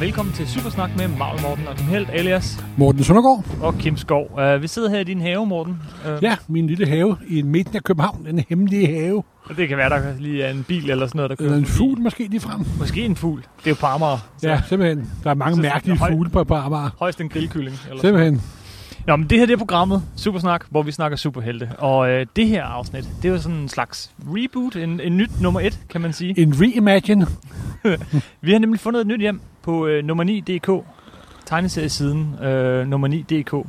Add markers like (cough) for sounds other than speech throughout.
velkommen til Supersnak med Marvel Morten og Kim Helt, alias Morten Søndergaard. og Kim Skov. Uh, vi sidder her i din have, Morten. Uh, Ja, min lille have i midten af København. En hemmelig have. og det kan være, der lige er en bil eller sådan noget, der kører. Eller en forbi. fugl måske lige frem. Måske en fugl. Det er jo på Amager. Så Ja, simpelthen. Der er mange Så- mærkelige Høj- fugle på Barbar. Højst en grillkylling. Eller sådan Simpelthen. Nå, men det her det er programmet Supersnak, hvor vi snakker superhelte. Og øh, det her afsnit, det er jo sådan en slags reboot, en, en nyt nummer et, kan man sige. En reimagine. Vi har nemlig fundet et nyt hjem på øh, nummer 9.dk, tegneseriesiden øh, nummer 9.dk.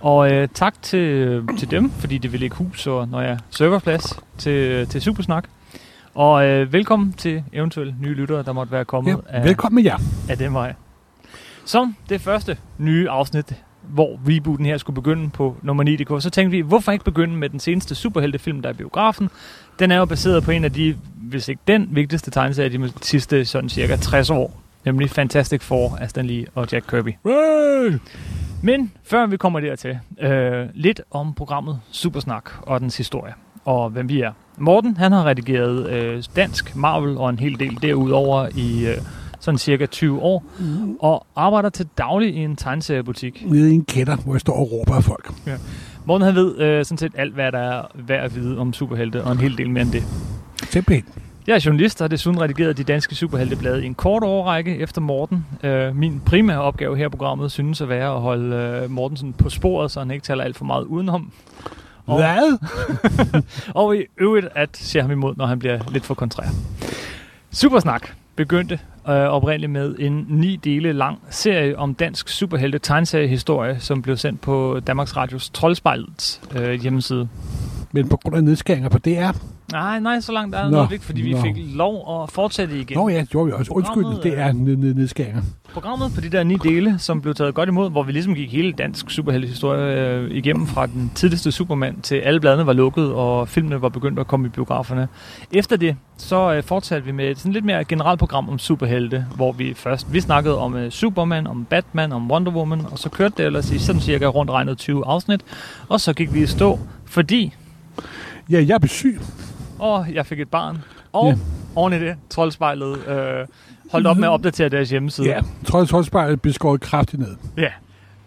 Og øh, tak til, øh, til dem, fordi det vil lægge hus og når jeg serverplads til, til Supersnak. Og øh, velkommen til eventuelle nye lyttere, der måtte være kommet Ja, af, velkommen med jer. af den vej. Som det første nye afsnit, hvor rebooten her skulle begynde på nummer 9.dk, så tænkte vi, hvorfor ikke begynde med den seneste superheltefilm, der er i biografen? Den er jo baseret på en af de, hvis ikke den vigtigste tegneserie de sidste sådan cirka 60 år, nemlig Fantastic Four af Stan Lee og Jack Kirby. Hey! Men før vi kommer dertil, øh, lidt om programmet Supersnak og dens historie, og hvem vi er. Morten, han har redigeret øh, dansk Marvel og en hel del derudover i øh, sådan cirka 20 år, og arbejder til daglig i en tegneseriebutik. Nede i en kætter, hvor jeg står og råber af folk. Morten, han ved øh, sådan set alt, hvad der er værd at vide om superhelte, og en hel del mere end det. Simpelthen. Jeg er journalist og har desuden redigeret de danske superhelteblade i en kort årrække efter Morten. Øh, min primære opgave her i programmet synes at være at holde øh, Mortensen på sporet, så han ikke taler alt for meget udenom. Og- Hvad? Og i øvrigt at se ham imod, når han bliver lidt for kontrær. Supersnak begyndte øh, oprindeligt med en ni dele lang serie om dansk superhelte tegneseriehistorie, som blev sendt på Danmarks Radios Troldspejlets øh, hjemmeside. Men på grund af nedskæringer på DR. Nej, nej, så langt er der Nå, noget ikke, fordi vi nå. fik lov at fortsætte igen. Nå ja, det gjorde vi også. Undskyld, Programmet, øh. det er ned- ned- nedskæringer. Programmet på de der ni dele, som blev taget godt imod, hvor vi ligesom gik hele dansk superheltehistorie øh, igennem fra den tidligste Superman til alle bladene var lukket, og filmene var begyndt at komme i biograferne. Efter det, så øh, fortsatte vi med et sådan lidt mere generelt program om superhelte, hvor vi først vi snakkede om øh, Superman, om Batman, om Wonder Woman, og så kørte det ellers i sådan cirka rundt regnet 20 afsnit, og så gik vi i stå, fordi Ja, jeg blev syg. og jeg fik et barn, og Ja. oven i det, troldspejlet øh, holdt op med at opdatere deres hjemmeside. Ja, trods trodsspejlet blev skåret kraftigt ned. Ja.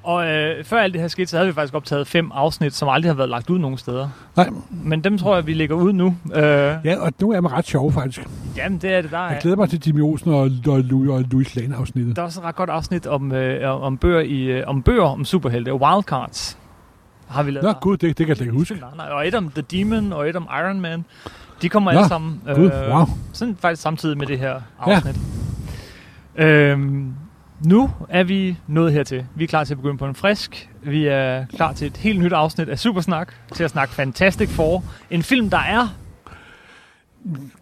Og øh, før alt det her skete, så havde vi faktisk optaget fem afsnit, som aldrig har været lagt ud nogen steder. Nej, Men dem tror jeg, vi lægger ud nu. Øh, ja. ja, og nu er man ret sjov faktisk. Jamen, det er det, der Jeg er. glæder mig til Jimmy Olsen og, og, Louis, og Louis Lane afsnittet. Der er også et ret godt afsnit om, øh, om, bøger, i, øh, om bøger om superhelte. Wildcards har vi lavet. Nå der. gud, det, det kan jeg slet ikke huske. Nej, nej, og et om The Demon og et om Iron Man. De kommer Nå, alle sammen øh, Gud, wow. sådan faktisk samtidig med det her Ja. afsnit. Ja. Øhm, nu er vi nået hertil. Vi er klar til at begynde på en frisk. Vi er klar til et helt nyt afsnit af Supersnak, til at snakke Fantastic Four. En film, der er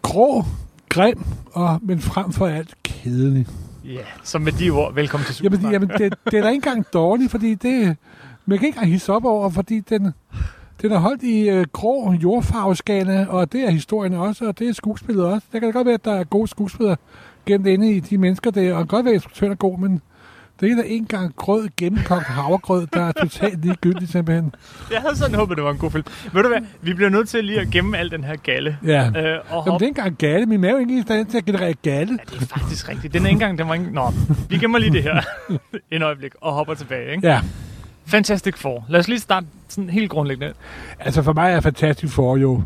grå, grim, og, men frem for alt kedelig. Ja, som med de ord, velkommen til Supersnak. Jamen, jamen det, det, er da ikke engang dårligt, fordi det... Man kan ikke engang hisse op over, fordi den, den er holdt i øh, grå jordfarveskala, og det er historien også, og det er skuespillet også. Der kan da godt være, at der er gode skuespillere gennem det inde i de mennesker der, og godt være, at instruktøren er god, men det er da en gang grød, gennemkogt havregrød, der er totalt ligegyldigt simpelthen. Jeg havde sådan håbet, det var en god film. Ved du hvad, vi bliver nødt til lige at gemme al den her galle. Ja. Øh, og Jamen, hoppe. det er ikke engang gale. Min mave er ikke i stand til at generere gale. Ja, det er faktisk rigtigt. Den er ikke engang, den var ikke... Nå, vi gemmer lige det (laughs) her en øjeblik og hopper tilbage, ikke? Ja. Fantastic Four. Lad os lige starte sådan helt grundlæggende. Altså for mig er Fantastic Four jo...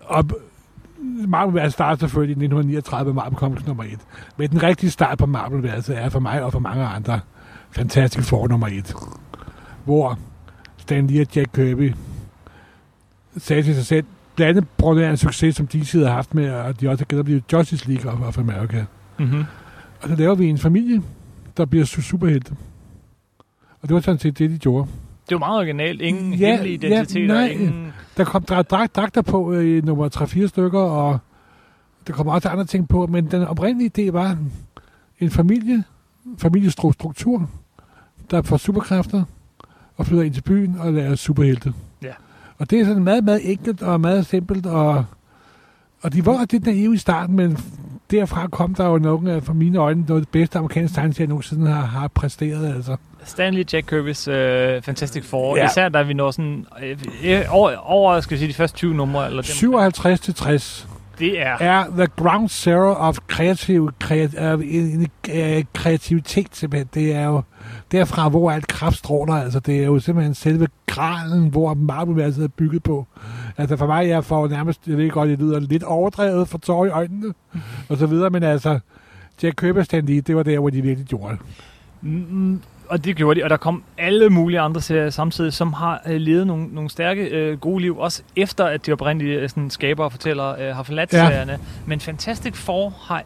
Og Marvel-værelset starter selvfølgelig i 1939 med Marvel-kongres nummer 1. Men den rigtige start på Marvel-værelset er for mig og for mange andre Fantastic Four nummer 1. Hvor Stan Lee og Jack Kirby sagde til sig selv, blandt andet på grund af en succes, som de havde haft med, og de også har genoplevet Justice League of, of America. Mhm. Mm-hmm. Og så laver vi en familie, der bliver su- superhelte. Og det var sådan set det, de gjorde. Det er jo meget originalt. Ingen ja, Ja, hemmelige ja, identiteter. Ja, nej. ingen... Der kom dra- dra- dragter på øh, i nummer 3-4 stykker, og der kom også andre ting på, men den oprindelige idé var en familie, familiestruktur, der får superkræfter og flytter ind til byen og lærer superhelte. Ja. Og det er sådan meget, meget enkelt og meget simpelt, og, og de var lidt naive i starten, men derfra kom der jo nogle af, for mine øjne, noget af det bedste amerikanske tegneserie, jeg nogensinde har, har præsteret. Altså. Stanley Jack Kirby's øh, Fantastic Four. Ja. Ja. Især da vi når sådan... Øh, øh, over, over, skal vi sige, de første 20 numre. Eller dem. 57 til 60. Det er... er the ground zero of kreativ, kreat, øh, en- en- øh, kreativitet simpelthen. Det er jo derfra, hvor alt kraft stråler. Altså, det er jo simpelthen selve gralen, hvor Marvel-universet er bygget på. Altså for mig, jeg får nærmest, jeg ved godt, det lyder lidt overdrevet for tårer i (laughs) øjnene, og så videre, men altså, Jack Køberstand i, det var der, hvor de virkelig gjorde det. Mm, og det gjorde de, og der kom alle mulige andre serier samtidig, som har øh, levet nogle, nogle stærke, øh, gode liv, også efter at de oprindelige øh, sådan, skabere og fortællere øh, har forladt Ja. ja. serierne. Men Fantastic Four har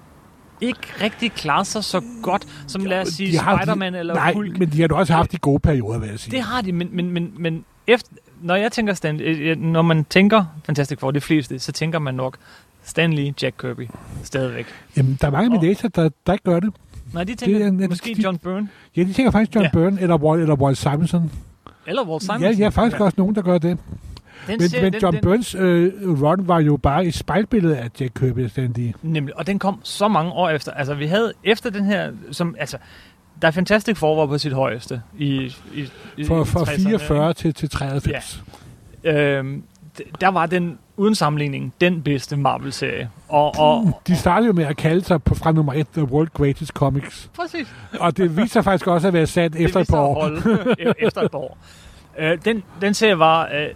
ikke rigtig klaret sig så godt, som lad os sige de har- Spider-Man eller Nej, Hulk. men de har da også haft de gode perioder, vil jeg sige. Det har de, men, men, men, men efter, når jeg tænker Stan, øh, øh, når man tænker Fantastic Four, de fleste, så tænker man nok Stan Lee, Jack Kirby, stadigvæk. Jamen, der er mange af mine læsere, der, der ikke gør det. Nej, de tænker er en- en- måske de- John Byrne Ja, de tænker faktisk John Ja. ja. Byrne eller Walt, eller Walt Simonson. eller Walt Simonson. Ja, ja, faktisk ja. også nogen, der gør det. Den Men, serie- men den- John den- Burns øh, run var jo bare et spejlbillede af Jack Kirby stændig. Nemlig, og den kom så mange år efter. Altså, vi havde efter den her, som, altså, der er Fantastic Four var på sit højeste i, i, i Fra, i fra 60'erne, 44 til, til 93. ikke? Øhm, d- der var den, uden sammenligning, den bedste Marvel-serie. Og, og, De startede jo med at kalde sig på, fra nummer 1 The World Greatest Comics. præcis. (laughs) Og det viser sig faktisk også at være sandt efter et viste sig par at (laughs) år. holde e- efter et par år. Øh, den, den serie var øh,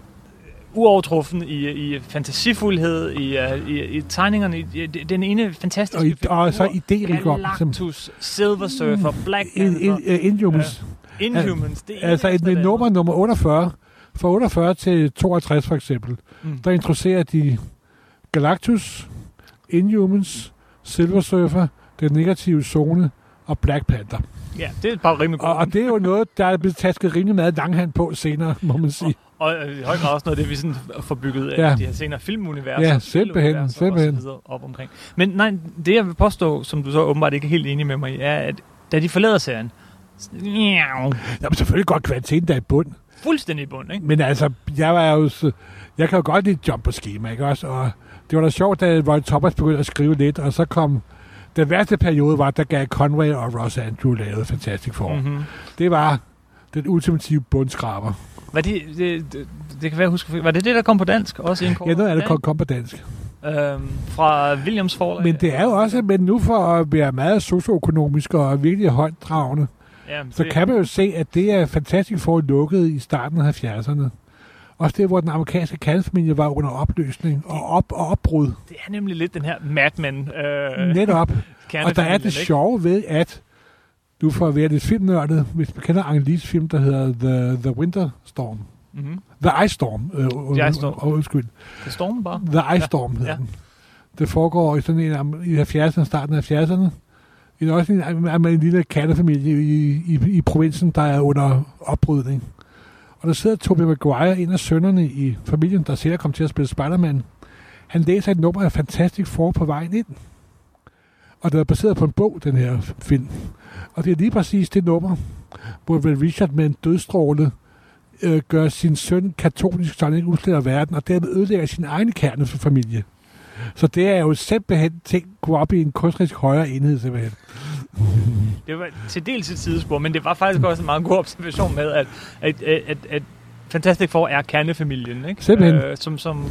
uovertruffen i, i fantasifuldhed, i, øh, i, i tegningerne, i, i den ene fantastiske Og, i, og så idérig figur, kom. Som, Galactus, Silver Surfer, Black in, Panther, in, uh, Inhumans. Inhumans. Det ene Altså efter det et andet. nummer nummer 48. Fra 48 til 62 for eksempel. Mm. Der introducerer de Galactus, Inhumans, Silver Surfer, Den Negative Zone og Black Panther. Ja, det er et par rimelig gode. Og, og det er jo noget, der er blevet tasket rimelig meget langhand på senere, må man sige. Og øh, i høj grad også noget af det, vi sådan får bygget af ja. Ja. de her senere filmuniverser. Ja, simpelthen, spiluniverser og så simpelthen. videre Op omkring. Men nej, det jeg vil påstå, som du så åbenbart ikke er helt enig med mig i, er, at da de forlader serien, s- miau, Jamen selvfølgelig godt kvaliteten der er i bund, fuldstændig i bund, ikke? men altså, jeg var jo... s- Jeg kan jo godt lide jump på schema, ikke også? Og det var da sjovt, da Roy Thomas begyndte at skrive lidt, og så kom... Den værste periode var, der gav Conway og Ross Andrew lavet Fantastic Four. Mm. Mm-hmm. Det var den ultimative bundskraber. Var det, det, det, det, kan være, jeg husker, var det det, der kom på dansk? Også i en kort Ja, noget af det format? kom, kom på dansk. Øhm, fra Williams forlag. Men det er jo også, men nu for at være meget socioøkonomisk og virkelig højtdragende, ja, så det, kan man jo se, at det er fantastisk for lukket i starten af 70'erne. Også det, hvor den amerikanske kaldsfamilie var under opløsning og, op og opbrud. det er nemlig lidt den her madman øh, Netop. kernefamilie, Og der er det ikke? sjove ved, at nu for at være lidt filmnørdet, hvis man kender Angelis film, der hedder The, The Winter Storm. Mm-hmm. The Ice Storm. Øh, øh, The Ice Storm. øh, undskyld. Det stormer bare. The Ice Ja. Storm hedder Ja. ja. den. Det foregår i sådan en am- i 70'erne, starten af 70'erne. Det er også en, am- am- en lille kattefamilie i, i, i provinsen, der er under oprydning. Og der sidder Tobey Maguire, en af sønnerne i familien, der senere kom til at spille Spider-Man. Han læser et nummer af Fantastic Four på vejen ind. Og det er baseret på en bog, den her film. Og det er lige præcis det nummer, hvor Red Richard med en dødstråle øh, gør sin søn katolisk, så han ikke udsletter verden, og dermed ødelægger sin egen kerne for familie. Så det er jo simpelthen ting, gå op i en kunstnerisk højere enhed simpelthen. Det var til dels et sidespor, men det var faktisk også en meget god observation med, at, at, at, at, at Fantastic Four er kernefamilien, ikke? Simpelthen. Øh, som, som,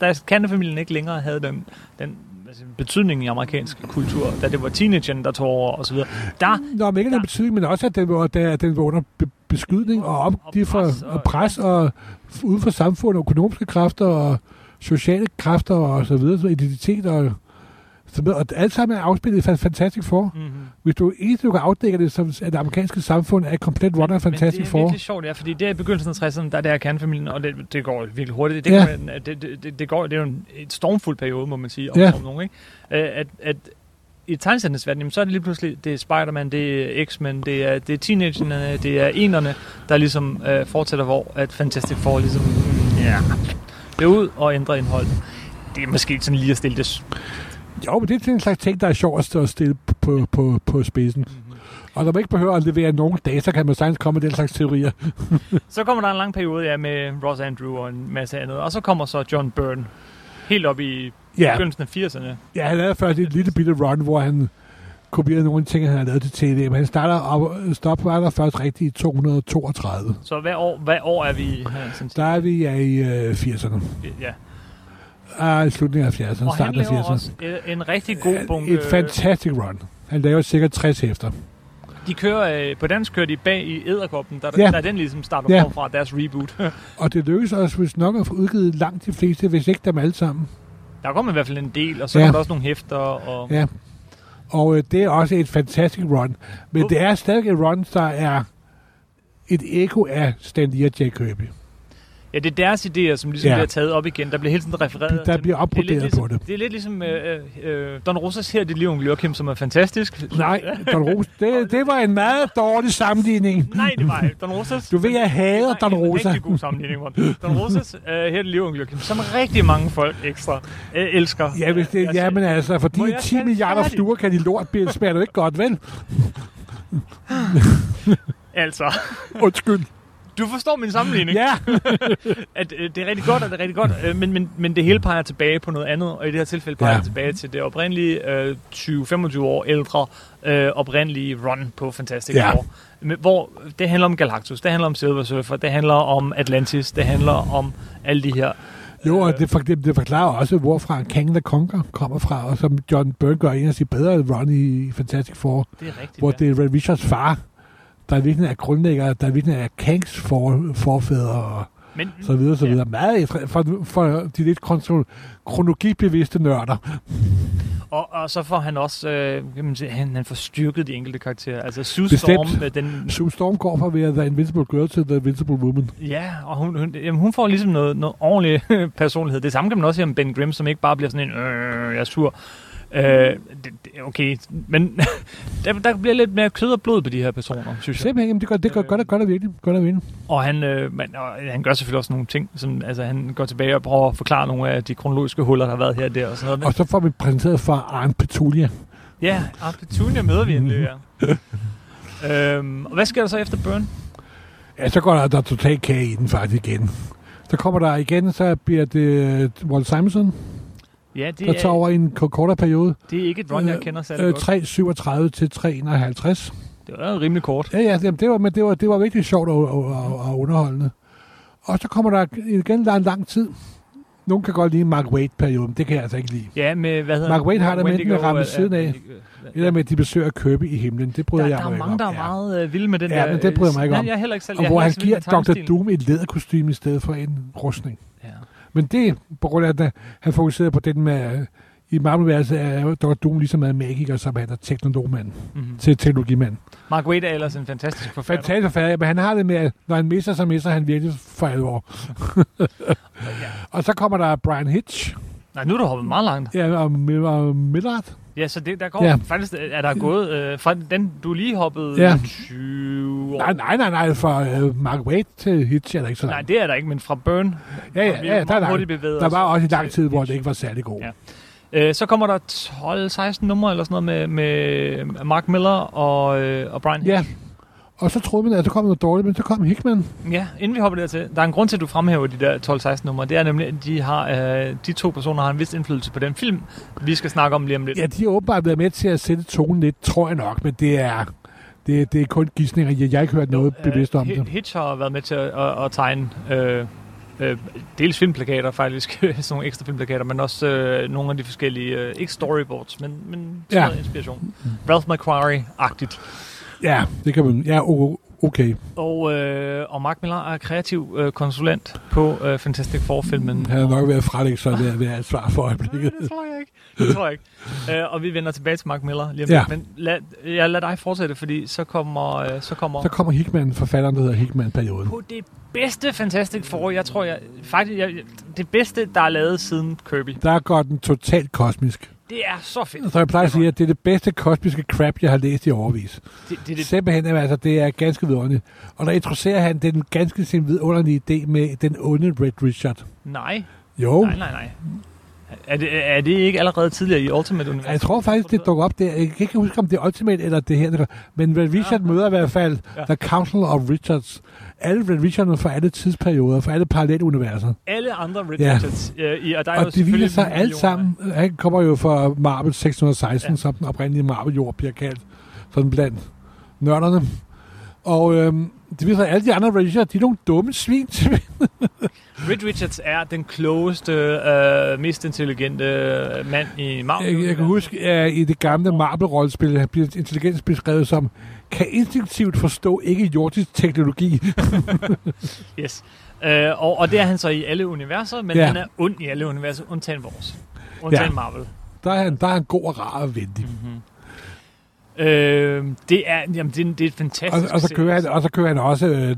da kernefamilien ikke længere havde den, den altså, betydning i amerikansk kultur, da det var teenageren, der tog over osv. Der, Nå, men ikke Der- den betydning, men også, at den var, da, den var under be- beskydning og, om, Og de for, pres, pres, og- og, pres og f- uden for samfundet, økonomiske kræfter og sociale kræfter og så videre, så identitet og så videre. Og alt sammen er afspillet i Fan- Fantastic Four. mm-hmm. Hvis du eneste, du kan afdække det, som at det amerikanske samfund er et komplet runner af men Fantastic det er Four. virkelig sjovt, ja, fordi der i begyndelsen af 60'erne, der er det her kernefamilien, og det, det går virkelig hurtigt. Det, Ja. ja. man, det, det, det, det, går, det er jo en et stormfuld periode, må man sige, om, Ja. om nogen, ikke? Øh, At, at i tegnsætningsverdenen, jamen, så er det lige pludselig, det er Spider-Man, det er X-Men, det er, det er teenagerne, det er enerne, der ligesom øh, fortsætter, hvor at Fantastic Four ligesom, mm, ja, det ud og ændrer indhold. Det er måske sådan lige at stille det... s- Jo, men det er sådan en slags ting, der er sjovt at stå og stille på, på, på, på spidsen. Mhm. Og når man ikke behøver at levere nogen data, kan man sagtens komme med den slags teorier. Så kommer der en lang periode, ja, med Ross Andrew og en masse andet, og så kommer så John Byrne helt op i Ja, begyndelsen af 80'erne. ja han lavede først et lille bitte run, hvor han kopierede nogle ting, han havde lavet til TD. Men han starter op, stopper først rigtigt i 232. Så hvad år, hvad år er vi i her? sådan set? Der er vi ja, i øh, 80'erne. Ja. ah, i slutningen af 70'erne, Og han starten af laver 80'erne. også en, en rigtig god bunke. Et fantastic run. Han laver cirka 60 hæfter. De kører, øh, på dansk kører de bag i Æderkoppen, der, Ja. der, der den ligesom starter Ja. yeah. forfra deres reboot. (laughs) Og det lykkedes os, hvis nok at få udgivet langt de fleste, hvis ikke dem alle sammen. der kommer i hvert fald en del, og så Ja. yeah. kommer der også nogle hæfter. Og... Ja. Og øh, det er også et fantastisk run. Men Uh. det er stadig et run, der er et eko af Stan Lee og Jack Kirby. Ja, det er deres idéer, som ligesom Ja. yeah. bliver taget op igen. Der bliver hele tiden refereret Der til bliver Det er lidt opbroderet ligesom, på det. Det er lidt ligesom øh, øh, Don Rosas her, det liv om Lørkim, som er fantastisk. Nej, (laughs) Don Rosa. Det, det var en meget dårlig sammenligning. Nej, det var ikke. Don Rosas... Du ved, jeg hader Nej, Don Det er en Rosa. rigtig god sammenligning, Morten. Don (laughs) Rosas øh, her, det liv om Lørkim, som rigtig mange folk ekstra øh, elsker. Ja, hvis det, Øh, ja, men altså, for de Må her jeg 10 tale milliarder færdig? fluer kan de lort blive smager det ikke godt, vel? Altså, Undskyld. du forstår min sammenligning. Ja, at øh, det er rigtig godt, og det er rigtig godt, øh, men, men, men det hele peger tilbage på noget andet, og i det her tilfælde peger Ja. ja. det tilbage til det oprindelige øh, 20-25 år ældre øh, oprindelige run på Fantastic Ja. Four. Men, hvor det handler om Galactus, det handler om Silver Surfer, det handler om Atlantis, det handler om alle de her... jo, (laughs) og det, for, det, det forklarer også, hvorfra King the Conquer kommer fra, og som John Byrne gør en af sine bedre run i Fantastic Four, Det er rigtigt, hvor ja. det er Red Richards far, der virkelig er grundlægger, der virkelig er Kangs for, forfædre og Men, så videre, så Mm, Ja. videre. Meget efter- for, for de lidt kontro- kronologibevidste nørder. og, og så får han også, øh, kan man sige, han, han får styrket de enkelte karakterer. Altså Sue Bestemt. Storm, øh, den, Sue Storm går fra at være The Invincible Girl til The Invincible Woman. Ja, og hun, hun, jamen, hun får ligesom noget, noget ordentlig (laughs) personlighed. Det samme kan man også sige om Ben Grimm, som ikke bare bliver sådan en, øh, jeg er sur. Øh, det, det, okay, men (laughs) der, der bliver lidt mere kød og blod på de her personer, synes jeg. Simpelthen, jamen, det gør det, gør, gør, det, gør det virkelig. Gør det virkelig. Og han, øh, man, og han gør selvfølgelig også nogle ting, som, altså han går tilbage og prøver at forklare nogle af de kronologiske huller, der har været her og der og sådan noget. Men, Og så får vi præsenteret for Arne Petulia. ja, og Petunia møder vi endelig, (laughs) ja. øhm, og hvad sker der så efter Burn? Ja, så går der, der totalt kage i den faktisk igen. Så kommer der igen, så bliver det øh, Walt Simonson, Ja, der det tager er, over i en k- kortere periode. det er ikke et run, jeg Øh, kender særlig Øh, godt. 3.37 til 3.51. Det var rimelig kort. Ja, ja, jamen, det var, men det var, det var virkelig sjovt og, og, og, og underholdende. Og så kommer der igen, der er en lang tid. Nogen kan godt lide Mark Waid-perioden, det kan jeg altså ikke lide. Ja, med, hvad hedder Mark han? Waid har det med den at Wendigo, ramme øh, siden af. øh, Det der med, at de besøger Kirby i himlen, det bryder Der, jeg der er mig mange, ikke der om. er meget øh, vilde med den Ja, der... øh, men det bryder jeg mig ikke nej, om. Jeg er heller ikke selv, Og jeg er hvor han heller ikke giver så vild med Dr. tegnestilen. Doom et læderkostyme i stedet for en rustning. Ja. Men det er på grund af, at øh, han fokuserede på den med... øh, I Marvel-universet er Dr. Doom lige så meget magiker, som han er teknologmand Mm-hmm. til teknologimand. Mark Waid er ellers en fantastisk forfatter. Fantastisk forfatter, men han har det med, at når han misser, så misser han virkelig for alvor. Ja. Og så kommer der Brian Hitch Nej, nu er du hoppet meget langt. ja, og, Mi- og Millard. Ja, så det, der går Ja. ja. faktisk... Er der gået... Øh, fra den, du lige hoppede Ja. ja. 20 år... Nej, nej, nej, nej, fra øh, Mark Waid til Hitch er der ikke så Nej, langt. det er der ikke, men fra Burn. Ja, ja, ja, der er langt. Der var også en lang tid, hvor det ikke var særlig god. Ja. Øh, så kommer der 12-16 numre eller sådan noget med, med Mark Miller og, øh, og Brian Ja. Og så troede man, at der kom noget dårligt, men så kom Hickman. Ja, inden vi hopper dertil, der er en grund til, at du fremhæver de der 12-16 numre. Det er nemlig, at de, har, øh, de to personer har en vis indflydelse på den film, vi skal snakke om lige om lidt. Ja, de har åbenbart været med til at sætte tonen lidt, tror jeg nok, men det er, det, det er kun gidsninger. Jeg, jeg har ikke hørt noget Øh, bevidst om Hi- det. Hitch har været med til at, at, at tegne øh, øh, dels filmplakater faktisk, (laughs) sådan nogle ekstra filmplakater, men også øh, nogle af de forskellige, øh, ikke storyboards, men, men sådan Ja. noget inspiration. Ralph McQuarrie-agtigt. Ja, det kan man. Ja, o- okay. Og, øh, og Mark Millar er kreativ øh, konsulent på øh, Fantastic Four-filmen. Han har nok været fralægget, så det er ved at svare for (laughs) øjeblikket. (laughs) Nej, det tror jeg ikke. Det tror jeg ikke. Øh, og vi vender tilbage til Mark Miller lige om Ja. ja. Men lad, jeg lader dig fortsætte, fordi så kommer... Øh, så kommer Så kommer Hickman, forfatteren, der hedder Hickman-perioden. på det bedste Fantastic Four, jeg tror, jeg, faktisk jeg, det bedste, der er lavet siden Kirby. Der går den totalt kosmisk. Det er så fedt. Så jeg plejer at sige, at det er det bedste kosmiske crap, jeg har læst i overvis. Det, det, det, Simpelthen, jamen, altså, det er ganske vidunderligt. Og der introducerer han den ganske sin vidunderlige idé med den onde Red Richard. nej, Jo, nej, nej, nej. Er det, er det ikke allerede tidligere i Ultimate Universe? Altså, Jeg tror faktisk, det dukker op der. Jeg kan ikke huske, om det er Ultimate eller det her. det gør- Men Red Richard ja. møder i hvert fald ja. Ja. The Council of Richards. Alle Red Richarderne fra alle tidsperioder, fra alle paralleluniverser. Alle andre Ja. Richards. Ja. Øh, i, og der er jo Og det viser selvfølgelig sig alt millioner. sammen. øh, Han kommer jo fra Marvel 616, ja. Ja. som den oprindelige Marvel-jord bliver kaldt. Sådan blandt nørderne. Og øhm, det viser sig, at alle de andre regissører, de er nogle dumme svin. (laughs) Reed Richards er den klogeste, øh, mest intelligente øh, mand i Marvel. jeg, jeg kan huske, at i det gamle Marvel-rollespil, han bliver intelligens beskrevet som, kan instinktivt forstå ikke jordisk teknologi. Yes. Øh, og, og det er han så i alle universer, men Ja. ja. han er ond i alle universer, undtagen vores. Undtagen Ja. ja. Marvel. Der er han, der er han god og rar og venlig. Mm-hmm. Øh, det er, jamen, det, er, en- det er et Og, fantastisk og, så kører han, serie. og så kører han også øh,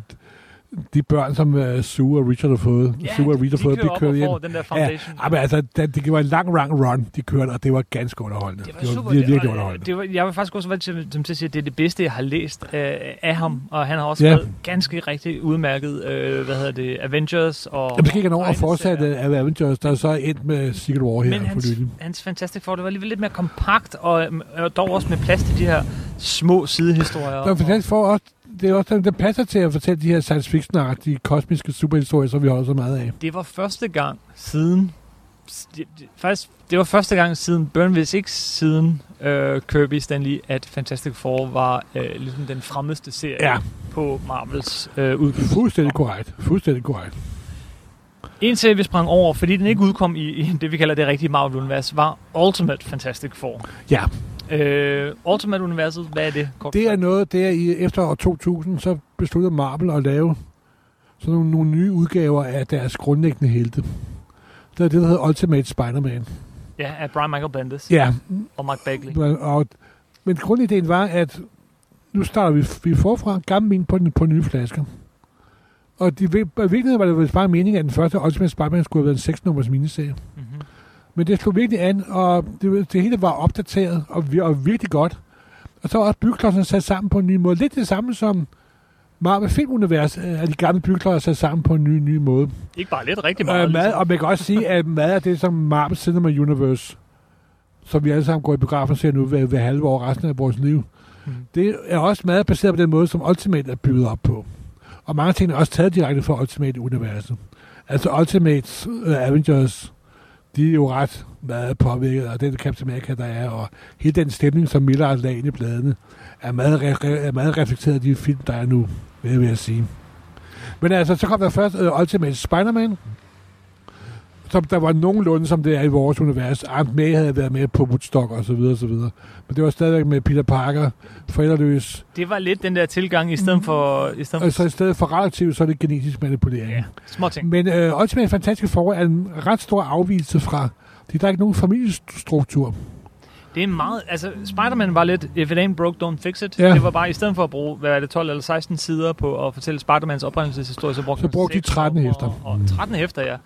de børn, som øh, Sue og Richard har fået. Sue og Richard har de, de fået, kører op og hjem. får den der foundation. Ja, men altså, det, det var en lang, lang run, de kørte, og det var ganske underholdende. Det var, super, vir- virkelig og, øh, underholdende. Det var, jeg vil faktisk også være til, som til at sige, at det er det bedste, jeg har læst øh, af ham. Og han har også Ja. yeah. været ganske rigtig udmærket, øh, hvad hedder det, Avengers og... Jeg måske ikke over og fortsat tegneserier. af Avengers, der er så endt med Secret War her Men for hans, nylig. hans Fantastic Four, det var alligevel lidt mere kompakt, og, øhm, og dog også med plads til de her små sidehistorier. Der er fantastisk for også, det er også den, der passer til at fortælle de her science fiction de kosmiske superhistorier, som vi holder så meget af. Og Det var første gang siden... det- det- Faktisk, det var første gang siden Burn, hvis ikke siden øh, Kirby Stanley, at Fantastic Four var øh, ligesom den fremmeste serie Ja, på Marvels øh, udgivelse. fuldstændig korrekt. Fuldstændig korrekt. En serie, vi sprang over, fordi den ikke udkom i, i det, vi kalder det rigtige Marvel-univers, var Ultimate Fantastic Four. Ja. Øh, Ultimate-universet, hvad er det? Kort Det er fortalt? noget, der i efter år 2000, så besluttede Marvel at lave sådan nogle, nogle nye udgaver af deres grundlæggende helte. Det er det, der hedder Ultimate Spider-Man. Ja, af Brian Michael Bendis Ja, og Mark Bagley. og, og, men grundideen var, at nu starter vi, vi forfra gammel vin på, den- på nye flasker. Og de, i virkeligheden var det vist bare meningen, at den første Ultimate Spider-Man skulle have været en 6-nummers miniserie. Mm-hmm. Men det slog virkelig an, og det, det hele var opdateret og, vi- og virkelig godt. Og så var også byggeklodserne sat sammen på en ny måde. Lidt det samme som Marvel Filmuniverset, øh, at de gamle byggeklodser sat sammen på en ny, ny måde. Ikke bare lidt, rigtig meget. Og, Øh, mad, ligesom. og man kan også sige, at mad er det, som Marvel Cinema Universe, som vi alle sammen går i biografen og ser nu hver, hver halve år resten af vores liv. Mhm. Det er også meget baseret på den måde, som Ultimate er bygget op på. Og mange ting er også taget direkte fra Ultimate-universet. Altså Ultimates, uh, Avengers, de er jo ret meget påvirket af den Captain America, der er, og hele den stemning, som Millard lagde ind i bladene, er meget, re- re- er meget reflekteret i de film, der er nu, vil jeg, vil jeg sige. Men altså, så kom der først uh, Ultimate Spider-Man, som der var nogenlunde, som det er i vores univers. Aunt May havde været med på Woodstock og så videre, og så videre. Men det var stadigvæk med Peter Parker, forældreløs. Det var lidt den der tilgang, i stedet for... I stedet for Og så i stedet for relativt, så er det genetisk manipulering. ja, små ting. Men øh, Ultimate Fantastiske Four er en ret stor afvielse fra, fordi der er ikke nogen familiestruktur. Det er meget... Altså, Spider-Man var lidt, if it ain't broke, don't fix it. Ja. Det var bare, i stedet for at bruge, hvad er det, 12 eller 16 sider på at fortælle Spider-Mans oprindelseshistorie, så brugte Så man brugte de Mm-hmm. seks 13 numre hæfter. Og, og 13 hæfter, ja.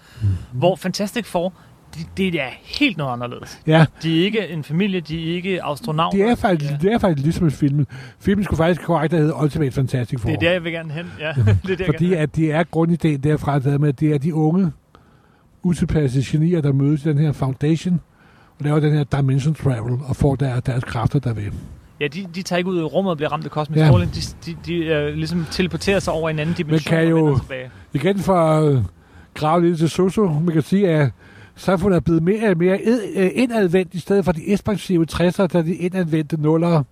Hvor Fantastic Four, det, det er helt noget anderledes. Ja, De er ikke en familie, de er ikke astronauter. det er faktisk, Ja. det er faktisk ligesom i filmen. Filmen skulle faktisk korrekt hedde Ultimate Fantastic Four. Det er der, jeg vil gerne hen. Ja, (laughs) det er der, jeg Fordi gerne at det er grundideen derfra, der med, at det er de unge, utilpassede genier, der mødes i den her foundation, og laver den her dimension travel, og får der, deres kræfter derved. Ja, de, de tager ikke ud i rummet og bliver ramt af kosmisk Ja. ja. stråling. De, de, de uh, ligesom teleporterer sig over i en anden dimension kan og jo- vender tilbage. Igen for at øh, grave lidt til Soso, man kan sige, at samfundet er blevet mere og mere ed- øh, indadvendt, i stedet for de ekspansive 60'ere, der de indadvendte nuller,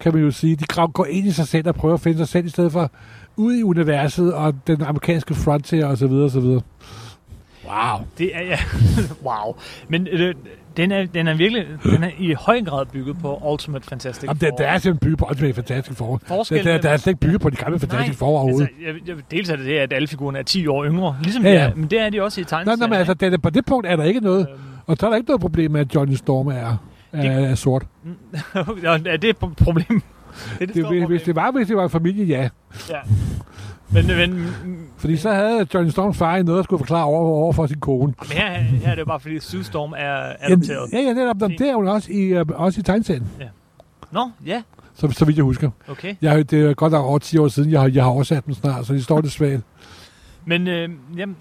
kan man jo sige. De grav- går ind i sig selv og prøver at finde sig selv, i stedet for ud i universet og den amerikanske frontier osv. osv. Wow. Det er, ja, (laughs) wow. Men øh, den, er, den er virkelig, den er i høj grad bygget på Ultimate Fantastic Jamen, der, Four. der er altså simpelthen bygget på Ultimate Fantastic Four. Der, Forskellen der, der er mellem- slet ikke bygget på de gamle Fantastic Four overhovedet. Altså, jeg, jeg, dels er det det, at alle figurerne er 10 år yngre, ligesom Ja, ja, ja. ja. Er, men det er de også i Nej, tegneserien. nej, men altså, det, på det punkt er der ikke noget. Og så er der ikke noget problem med, at Johnny Storm er, Det- er, er sort. (laughs) Nå, er Øhm, det et pro- problem? Det er det, Det, store hvis, problem. hvis det var, hvis det var en familie, ja. Ja. Men, øh, men, Fordi så havde Johnny Storms far noget at skulle forklare over, over for sin kone. men her, her er det jo bare, fordi Sue Storm er Jamen, adopteret. Ja, ja, netop. Jamen, Det er hun også i, øh, også i tegneserien, Nå, ja, så, så vidt jeg husker. okay. Jeg, har- det er godt nok over 10 år siden, jeg har, jeg har oversat den snart, så det står lidt svagt. Men øh, jamen,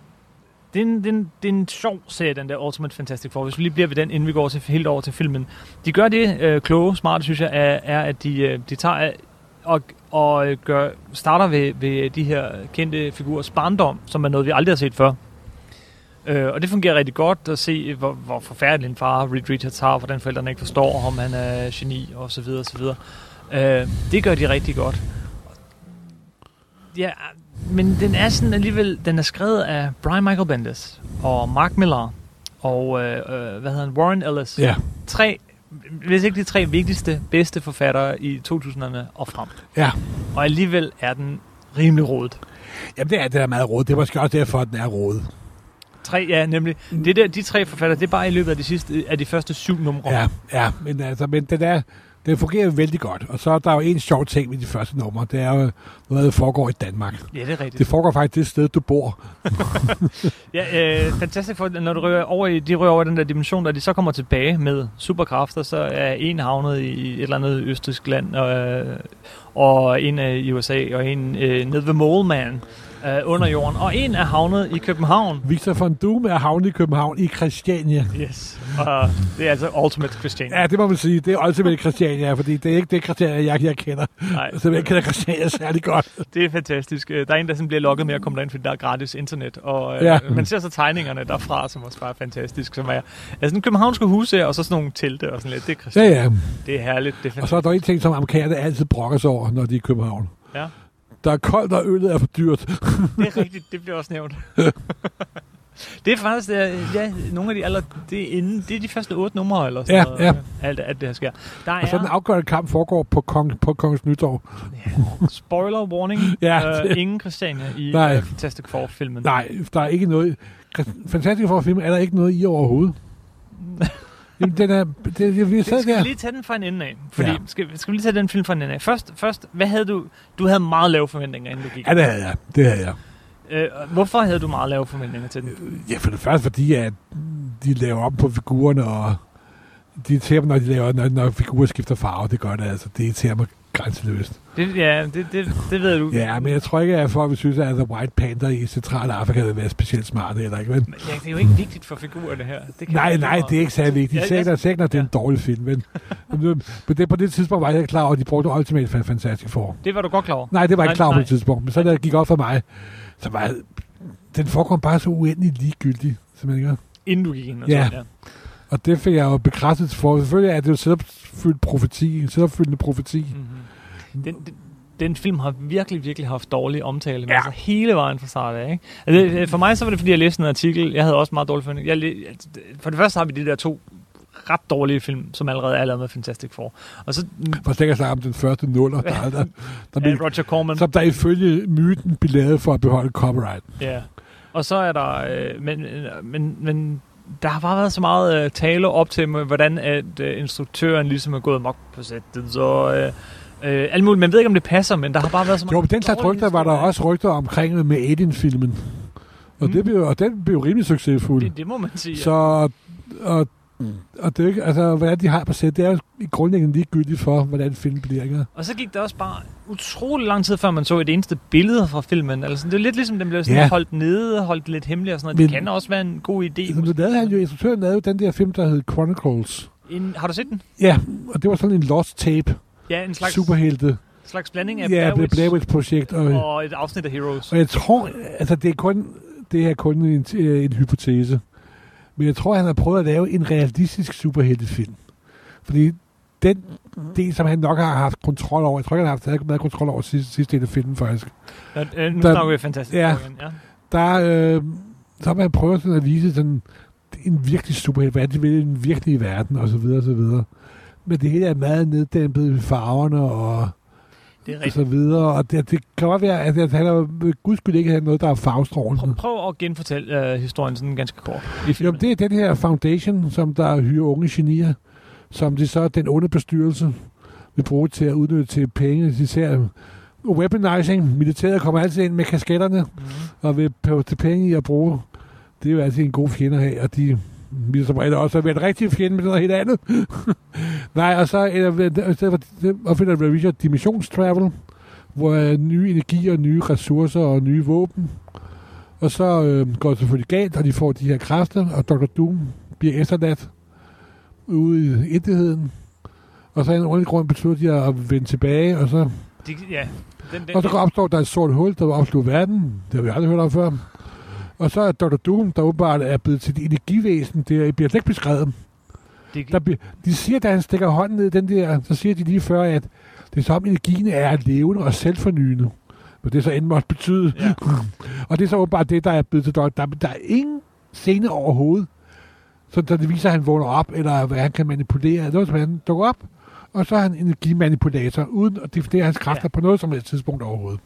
det, er en, det, er en, det er en sjov serie, den der Ultimate Fantastic Four. Hvis vi lige bliver ved den, inden vi går til, helt over til filmen. De gør det øh, kloge, smarte, synes jeg, er, er at de, øh, de tager øh, og, og øh, gør, starter ved, ved de her kendte figurers barndom, som er noget, vi aldrig har set før. Øh, og det fungerer rigtig godt at se, hvor, hvor forfærdelig en far Reed Richards har, hvordan forældrene ikke forstår, om han er geni og så videre og så videre. Øh, det gør de rigtig godt. ja, men den er sådan alligevel, den er skrevet af Brian Michael Bendis og Mark Millar og, øh, øh, hvad hedder han, Warren Ellis. Ja, Tre, hvis ikke de tre vigtigste, bedste forfattere i 2000'erne og frem. ja. Og alligevel er den rimelig rodet. Jamen, det er, det er meget råd. Det er måske også derfor, at den er råd. Tre, ja, nemlig. Mm. Det der, de tre forfattere, det er bare i løbet af de, sidste, af de første syv numre. Ja, ja. Men, altså, men den, er, den fungerer vældig godt. Og så er der jo en sjov ting ved de første numre. Det er jo noget, der foregår i Danmark. ja det er rigtigt. Det foregår faktisk det sted, du bor. Ja, øh, fantastisk, for når du rører over i, de rører over i den der dimension, der de så kommer tilbage med superkræfter, så er en havnet i et eller andet østrisk land, og, øh, og en er i USA, og en øh, nede ved Moleman øh, under jorden, og en er havnet i København. Victor von Doom er havnet i København i Christiania. Yes. Og det er altså Ultimate Christian. Ja, det må man sige. Det er også vel Christiania, fordi det er ikke det Christiania, jeg, jeg kender. Nej, Så jeg kender Christiania særlig godt. det er fantastisk. Øh, Der er en, der sådan bliver lokket med at komme derind, fordi der er gratis internet. Og øh, ja. Ja. man ser så tegningerne derfra, som også bare er fantastisk. Som er, er sådan københavnske huse, og så sådan nogle telte og sådan lidt. Det er, Ja, Christian. ja. det er herligt. Det er Og så er der en ting, som amerikanerne altid brokker sig over, når de er i København. Ja. Der er koldt, og øllet er for dyrt. Det er rigtigt, det bliver også (laughs) nævnt. det er faktisk øh, ja, nogle af de aller, det er, inden, det er de første otte numre eller sådan Ja, noget, ja. øh, Alt, alt det her sker. Der Og så den er, afgørende kamp foregår på, Kong, på Kongens Nytorv. ja, spoiler warning, Ja, øh, det- ingen Christiania i Nej. øh, Fantastic Four-filmen. Nej, der er ikke noget... Fantastisk for film er der ikke noget (laughs) i overhovedet. Jamen, den er... Det, det, vi sad Det, skal vi der. lige tage den fra en ende af? Fordi, ja. Ja. skal, skal vi lige tage den film fra en ende af? Først, først, hvad havde du... Du havde meget lave forventninger, inden du gik. Ja, det havde jeg. Det havde jeg. Øh, hvorfor havde du meget lave forventninger til den? Ja, for det første, fordi at de laver op på figurerne, og de irriterer mig, når, de laver, når, når figurer skifter farve. Det gør det altså. Det irriterer mig grænseløst. Det, ja, det, det, det ved du. Ja, men jeg tror ikke, at folk vil synes, at The White Panther i Central Afrika vil være specielt smart heller ikke. Men, Men, ja, det er jo ikke vigtigt for figurer, det her. Det kan nej, være nej, meget. det er ikke særlig vigtigt. Ja, Sækner, jeg- Sækner, det er ja. en dårlig film, men men nu- på det, på det tidspunkt var jeg ikke klar over, at de brugte Ultimate Fan- Fantastic Four. Det var du godt klar over. Nej, det var jeg Nej, ikke klar over på nej. det tidspunkt, men så da det gik op for mig, så var jeg, den forekom bare så uendelig ligegyldig, simpelthen. ikke? Inden du gik ind. Og Ja. sådan, ja. Og det fik jeg jo bekræftet for. Selvfølgelig er det jo selvopfyldt profeti, en selvopfyldende profeti. Mm-hmm. Den, den, den film har virkelig, virkelig haft dårlig omtale med Ja. ja. sig hele vejen fra start af. Ikke? Altså, øh, for mig så var det, fordi jeg læste en artikel. Jeg havde også meget dårlig forventning. Jeg, læ- altså, det- for det første har vi de der to ret dårlige film, som allerede er lavet med Fantastic Four. Og så For slet ikke at snakke om den første nuller, der, der, der, der, er blev, øh, Roger Corman. som der ifølge myten blev lavet for at beholde copyright. Ja. Og så er der... Øh, men, øh, men, men der har bare været så meget øh, tale op til, med, hvordan at, øh, instruktøren ligesom er gået mok på sættet. Så øh, øh, alt muligt. Man ved ikke, om det passer, men der har bare været så meget... Jo, men den slags dårlige rygter var der historier. også rygter omkring med Alien-filmen. Og, Mm. det blev, og den blev rimelig succesfuld. Det, det må man sige. Så, og, og det er jo ikke, altså, hvordan de har på sæt, det er jo grundlæggende ligegyldigt for, hvordan filmen bliver. Ikke? Og så gik det også bare utrolig lang tid, før man så et eneste billede fra filmen. Altså, det er lidt ligesom, den blev sådan Ja. holdt nede, holdt lidt hemmelig og sådan noget. Det Men- kan også være en god idé. Så nu måske. lavede han jo, instruktøren lavede jo den der film, der hed Chronicles. En, har du set den? Ja, og det var sådan en lost tape, Ja, en slags, superhelte. slags blanding af Ja, Blair med Blair Witch Witch projekt. Og, og et afsnit af Heroes. og jeg tror, altså det er kun, det er kun en, øh, en hypotese. Men jeg tror, han har prøvet at lave en realistisk superheltefilm. Fordi den del, som han nok har haft kontrol over, jeg tror ikke, han har haft særlig meget kontrol over sidste, sidste del af filmen faktisk. Nå, øh, nu der- snakker vi fantastisk. ja. igen, ja. Der, øh, så har man prøvet sådan at vise sådan, en virkelig superhelt, hvad er det vil i den virkelige verden, og så videre, og så videre. Men det hele er meget neddæmpet i farverne, og Det er og rigtigt. så videre. Og det, det kan godt være, at at han er ved guds skyld ikke have noget, der er Prøv, farvestrålende. prøv at genfortælle øh, historien sådan ganske kort. I Jo, filmen. det er den her foundation, som der hyrer unge genier, som de så den onde bestyrelse vil bruge til at udnytte til penge. Især weaponizing. Militæret kommer altid ind med kasketterne Mhm. og vil til penge i at bruge. Det er jo altid en god fjende her, og de vil som regel også være en rigtig fjende med noget helt andet. (laughs) Nej, og så eller, i stedet for, opfinder Ravisha dimensionstravel, hvor øh, nye energier, nye ressourcer og nye våben. Og så øh, går det selvfølgelig galt, og de får de her kræfter, og Dr. Doom bliver efterladt ude i intetheden. Og så af en ordentlig grund beslutter de at vende tilbage, og så Det, ja. Den, den, og så opstår der et sort hul, der vil opsluge verden. Det har vi aldrig hørt om før. Og så er Dr. Doom, der åbenbart er blevet til et energivæsen, det bliver slet ikke beskrevet. det, Der det, bliver, de siger, da han stikker hånden ned i den der, så siger de lige før, at det er som om energien er levende og selvfornyende. Hvad det så end måtte betyde. Ja. (laughs) Og det er så åbenbart det, der er blevet til Dolph. Der, der er ingen scene overhovedet, så der det viser, at han vågner op, eller hvad han kan manipulere. eller Noget som han dukker op, og så er han en energimanipulator, uden at definere hans kræfter ja. på noget som helst tidspunkt overhovedet.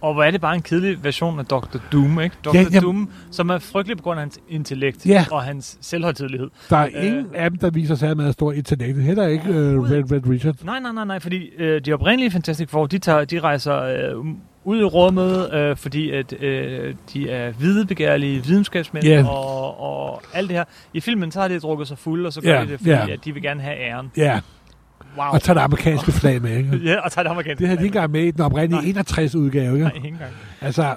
Og hvor er det bare en kedelig version af Dr. Doom, ikke? Dr. Ja, Ja, jamen- Doom, som er frygtelig på grund af hans intellekt Ja. og hans selvhøjtidelighed. Der er øh. ingen af dem, der viser sig med stor intellekt. Heller ikke øh, Overhovedet Red, Red Richard. Nej, nej, nej, nej, fordi øh, de oprindelige Fantastic Four, de, tager, de rejser øh, ud i rummet, øh, fordi at, øh, de er videbegærlige videnskabsmænd Ja. og, og alt det her. I filmen, så har de drukket sig fulde, og så gør Ja, de det, fordi ja. at de vil gerne have æren. Ja, Wow. og tager det amerikanske flag med. Ikke? (laughs) ja, og tager det amerikanske. Det havde de flag ikke engang med i den Nej. oprindelige 61-udgave. med. Ikke? Nej, ikke engang. Altså,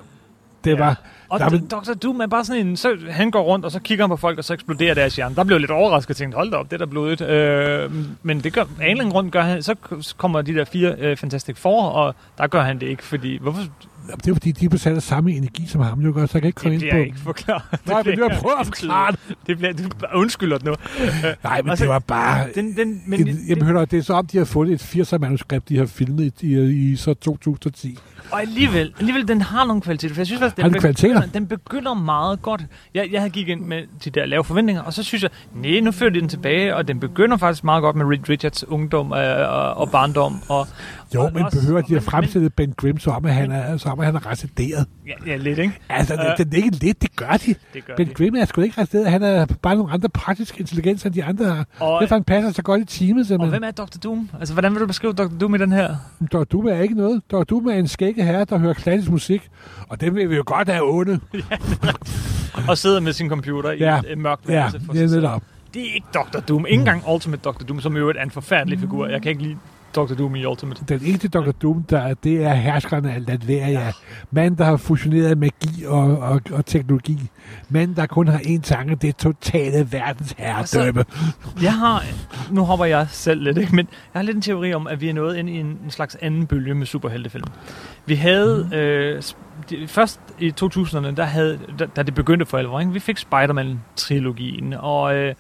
det Ja. ja. var... Og Der er vel- Dr. Doom er bare sådan en, så han går rundt, og så kigger han på folk, og så eksploderer deres hjerne. Der blev jeg lidt overrasket og tænkte, hold da op, det er da blodigt. Øh, men det gør, af en eller anden grund gør han, så k- kommer de der fire øh, Fantastic Four, og der gør han det ikke, fordi, hvorfor, Jamen, Det er fordi, de er besat af samme energi som ham, jo, så jeg kan ikke komme det ind bliver på... jeg ikke (laughs) forklaret. Nej, men bliver du har jeg prøvet at ikke forklare det. indtid. Det bliver, du undskylder (laughs) det nu. Nej, men Altså, det var bare... Den, den, men, Men, jeg, jeg, det, det er så om, de har fundet et 80'er-manuskript, de har filmet i, i, i så 2010. Og alligevel, alligevel, den har nogle kvaliteter. For jeg synes faktisk, Har den, den kvaliteter? begynder, den begynder meget godt. Jeg, jeg havde gik ind med de der lave forventninger, og så synes jeg, nej, nu fører de den tilbage, og den begynder faktisk meget godt med Reed Richards ungdom øh, og, og barndom. Og, Jo, og men også- behøver de men- at fremstille Ben Grimm, som om, at han er, som om, at han er retarderet? men- Ja, ja, lidt, ikke? Altså, Øh. øh, det, det, er ikke lidt, det gør de. Det gør Ben det. Grimm er sgu ikke retarderet, han er bare nogle andre praktiske intelligenser, end de andre har. Og, Derfor han passer så godt i teamet, og simpelthen. hvem er Dr. Doom? Altså, hvordan vil du beskrive Dr. Doom i den her? Dr. Doom er ikke noget. Dr. Doom er en skægge herre, der hører klassisk musik, og dem vil vi jo godt have onde. Og sidder med sin computer i Ja. et øh, mørkt Ja, værelse for det sig er selv. netop. Det er ikke Dr. Doom. Ikke engang Ultimate Dr. Doom, som jo er en forfærdelig figur. Jeg kan ikke lide Dr. Doom i Ultimate. Den eneste Dr. Doom, der er, det er herskerne af Latveria. Mand, der har fusioneret magi og, og, og teknologi. Mand, der kun har én tanke, det er totale verdensherredømme. Jeg har, nu hopper jeg selv lidt, ikke? men jeg har lidt en teori om, at vi er nået ind i en, en slags anden bølge med superheltefilm. Vi havde, øh, sp- de, først i 2000'erne, der havde, da, da det begyndte for alvor, ikke? vi fik Spider-Man-trilogien, og øh,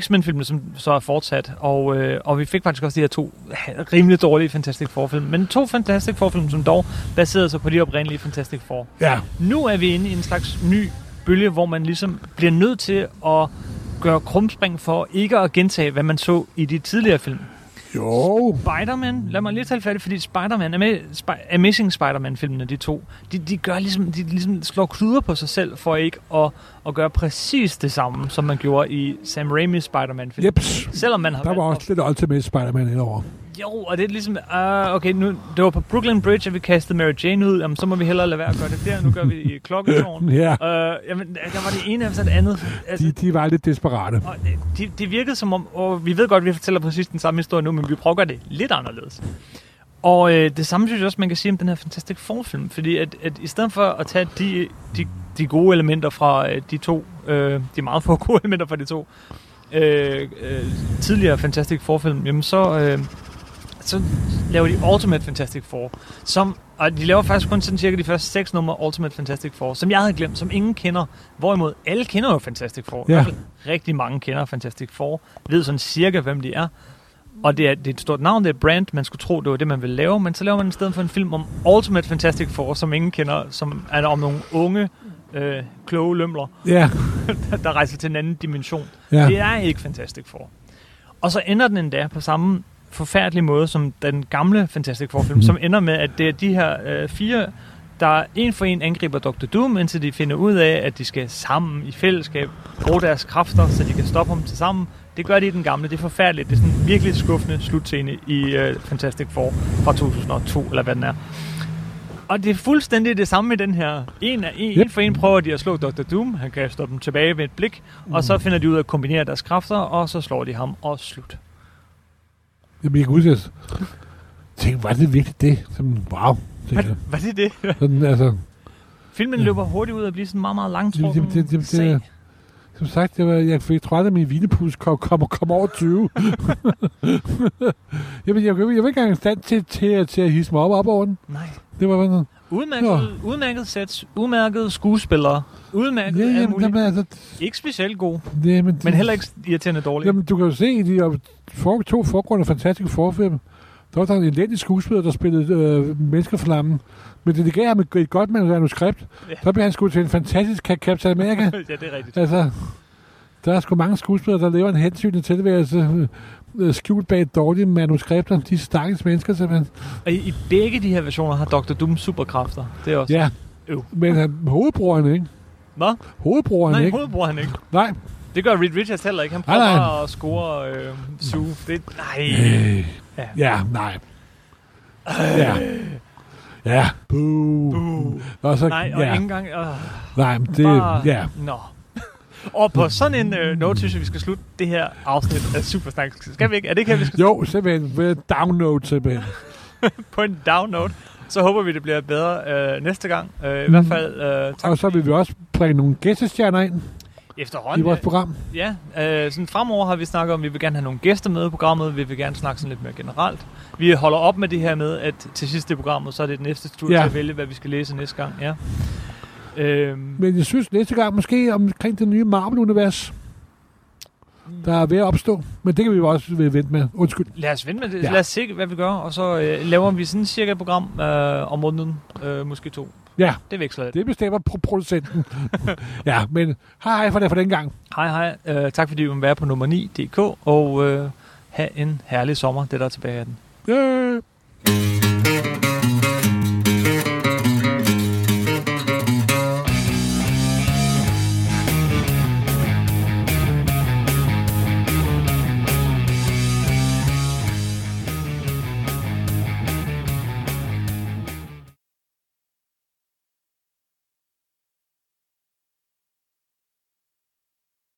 X-Men-filmen, som så er fortsat, og, øh, og vi fik faktisk også de her to ha- rimelig dårlige Fantastic Four-film, men to Fantastic Four-film, som dog baserede sig på de oprindelige Fantastic Four. Ja, Nu er vi inde i en slags ny bølge, hvor man ligesom bliver nødt til at gøre krumspring for ikke at gentage, hvad man så i de tidligere film. jo. Spider-Man, lad mig lige tale færdigt, fordi Spider-Man, Ama- Sp- Amazing Spider-Man-filmene, de to, de, de, gør ligesom, de ligesom slår kluder på sig selv for ikke at, at gøre præcis det samme, som man gjorde i Sam Raimi's Spider-Man-film. Jeps. Selvom man har Der var valgt at også lidt Ultimate Spider-Man indover. jo, og det er ligesom, uh, okay, nu, det var på Brooklyn Bridge, at vi kastede Mary Jane ud, jamen, så må vi hellere lade være at gøre det der, nu gør vi det i klokketårn. Ja, Uh, jamen, der var det ene efter det andet. de, Altså, de var lidt desperate. og det, det, det virkede som om, og vi ved godt, at vi fortæller præcis den samme historie nu, men vi prøver at gøre det lidt anderledes. Og øh, det samme synes jeg også, man kan sige om den her Fantastic Four-film, fordi at, at i stedet for at tage de, de, de gode elementer fra øh, de to, øh, de meget få gode (laughs) elementer fra de to øh, øh, tidligere Fantastic Four-film, jamen så, øh, så laver de Ultimate Fantastic Four, som, og de laver faktisk kun sådan cirka de første seks numre Ultimate Fantastic Four, som jeg havde glemt, som ingen kender. Hvorimod alle kender jo Fantastic Four. Ja. I hvert fald Rigtig mange kender Fantastic Four, ved sådan cirka, hvem de er. Og det er, det er et stort navn, det er et brand, man skulle tro, det var det, man ville lave, men så laver man i stedet for en film om Ultimate Fantastic Four, som ingen kender, som er om nogle unge, øh, kloge lømler, Ja, der rejser til en anden dimension. Ja. Det ja. er ikke Fantastic Four. Og så ender den endda på samme forfærdelige måde som den gamle Fantastic Four-film, mm. som ender med, at det er de her øh, fire, der en for en angriber Dr. Doom, indtil de finder ud af, at de skal sammen i fællesskab bruge deres kræfter, så de kan stoppe ham til sammen. Det gør de i den gamle. Det er forfærdeligt. Det er sådan en virkelig skuffende slutscene i øh, Fantastic Four fra 2002, eller hvad den er. Og det er fuldstændig det samme med den her. En, af, en, yep. Yep. en for en prøver de at slå Dr. Doom. Han kaster dem tilbage med et blik. Mm. Og så finder de ud af at kombinere deres kræfter, og så slår de ham, og slut. Jamen, jeg kan huske, at jeg tænkte, var det virkelig det? Sådan, wow. tænkte (laughs) jeg. Var det det? Sådan, altså, Filmen Ja. løber hurtigt ud og bliver sådan meget, meget langtrukken Jamen, det- det- det- sag. som sagt, jeg, var, jeg fik træt af min vinepus kom, kom, kom over 20. Jamen, jeg, jeg, var ikke engang i stand til, til, til at hisse mig op, op over den. Nej. Det var sådan, Udmærket, udmærket sæt, udmærket skuespillere, udmærket ja, ja, alt jamen, muligt. jamen, altså, Ikke specielt god, jamen, men heller ikke irriterende dårlig. Jamen, du kan jo se, i de for, to forgrunde fantastiske forfilm, Der var der en elendig skuespiller, der spillede øh, Menneskeflammen. Men det gav ham et, et godt manuskript. Ja. Ja. Så blev han skudt til en fantastisk Cap- Captain (laughs) America. ja, det er rigtigt. altså, der er sgu mange skuespillere, der lever en hensyn tilværelse øh, øh, skjult bag dårlige manuskripter. De stakkels mennesker simpelthen. Og i, i begge de her versioner har Dr. Doom superkræfter. Det er også... Ja. Øv. Men han, hovedbroren ikke. Hvad? Hovedbroren Nej, ikke. hovedet bruger han ikke. Nej. Det gør Reed Richards heller ikke. Han Nej, prøver nej. bare at score øh, suge. Det, nej. Øh. Ja. Ja, nej. Ja. Ja. Buh. Uh, Og så, nej, og ja. ja. ikke engang... Øh, Nej, men det, bare, ja. Nå. (laughs) Og på sådan en øh, note, synes jeg, vi skal slutte det her afsnit af Supersnak. Skal vi ikke? Er det ikke her, vi skal Jo, simpelthen. Ved download simpelthen. på en down note? Så håber vi, det bliver bedre øh, næste gang. Øh, I hvert Mm. fald øh, tak Og så vil vi også bringe nogle gæstestjerner ind i efterhånden. vores program. Ja, øh, sådan fremover har vi snakket om, at vi vil gerne have nogle gæster med i programmet. Vi vil gerne snakke sådan lidt mere generelt. Vi holder op med det her med, at til sidst i programmet, så er det den næste tur ja. Ja. til at vælge, hvad vi skal læse næste gang. Ja. Øhm, Men jeg synes næste gang måske omkring det nye Marvel-univers, der er ved at opstå. Men det kan vi jo også vente med. Undskyld. lad os vente med det. Ja. Ja. Lad os se, hvad vi gør. Og så øh, laver vi sådan cirka et program øh, om måneden. Øh, måske to. Ja, Det veksler lidt. det bestemmer pro- producenten. (laughs) ja, men hej hej for det for den gang. Hej hej. Øh, tak fordi du vil være på nummer 9.dk. Og øh, have en herlig sommer, det der er tilbage af den. Yeah.